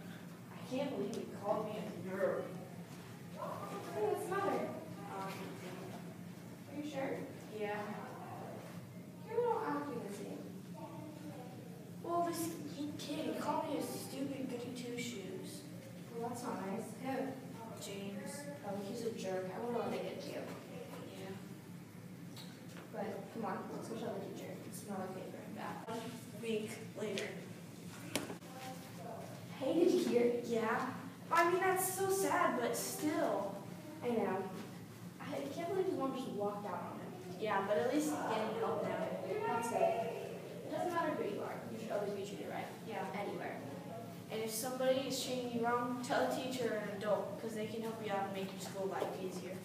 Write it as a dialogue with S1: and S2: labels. S1: I can't believe he called me a nerd.
S2: Hey, what's the matter?
S1: Um,
S2: Are you sure?
S1: yeah.
S2: You're a little acting this evening.
S1: Well, this kid, he called me a stupid goody two shoes.
S2: Well, that's not nice. Who?
S1: James.
S2: Oh, he's a jerk. I wouldn't let it get to you.
S1: Yeah.
S2: But come on, let's go tell the teacher. It's not okay for him to act.
S1: One week later.
S2: Hey, did you hear?
S1: Yeah. I mean, that's so sad, but still.
S2: I know. I can't believe his mom just walked out on him.
S1: Yeah, but at least he's getting help now.
S2: That's it. It doesn't matter who you are. You should always be treated right.
S1: Yeah.
S2: Anywhere.
S1: And if somebody is treating you wrong, tell a teacher or an adult, because they can help you out and make your school life easier.